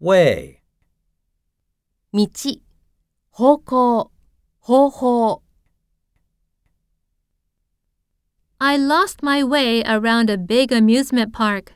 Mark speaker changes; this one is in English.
Speaker 1: way,
Speaker 2: 道、方向、方法。I lost my way around a big amusement park.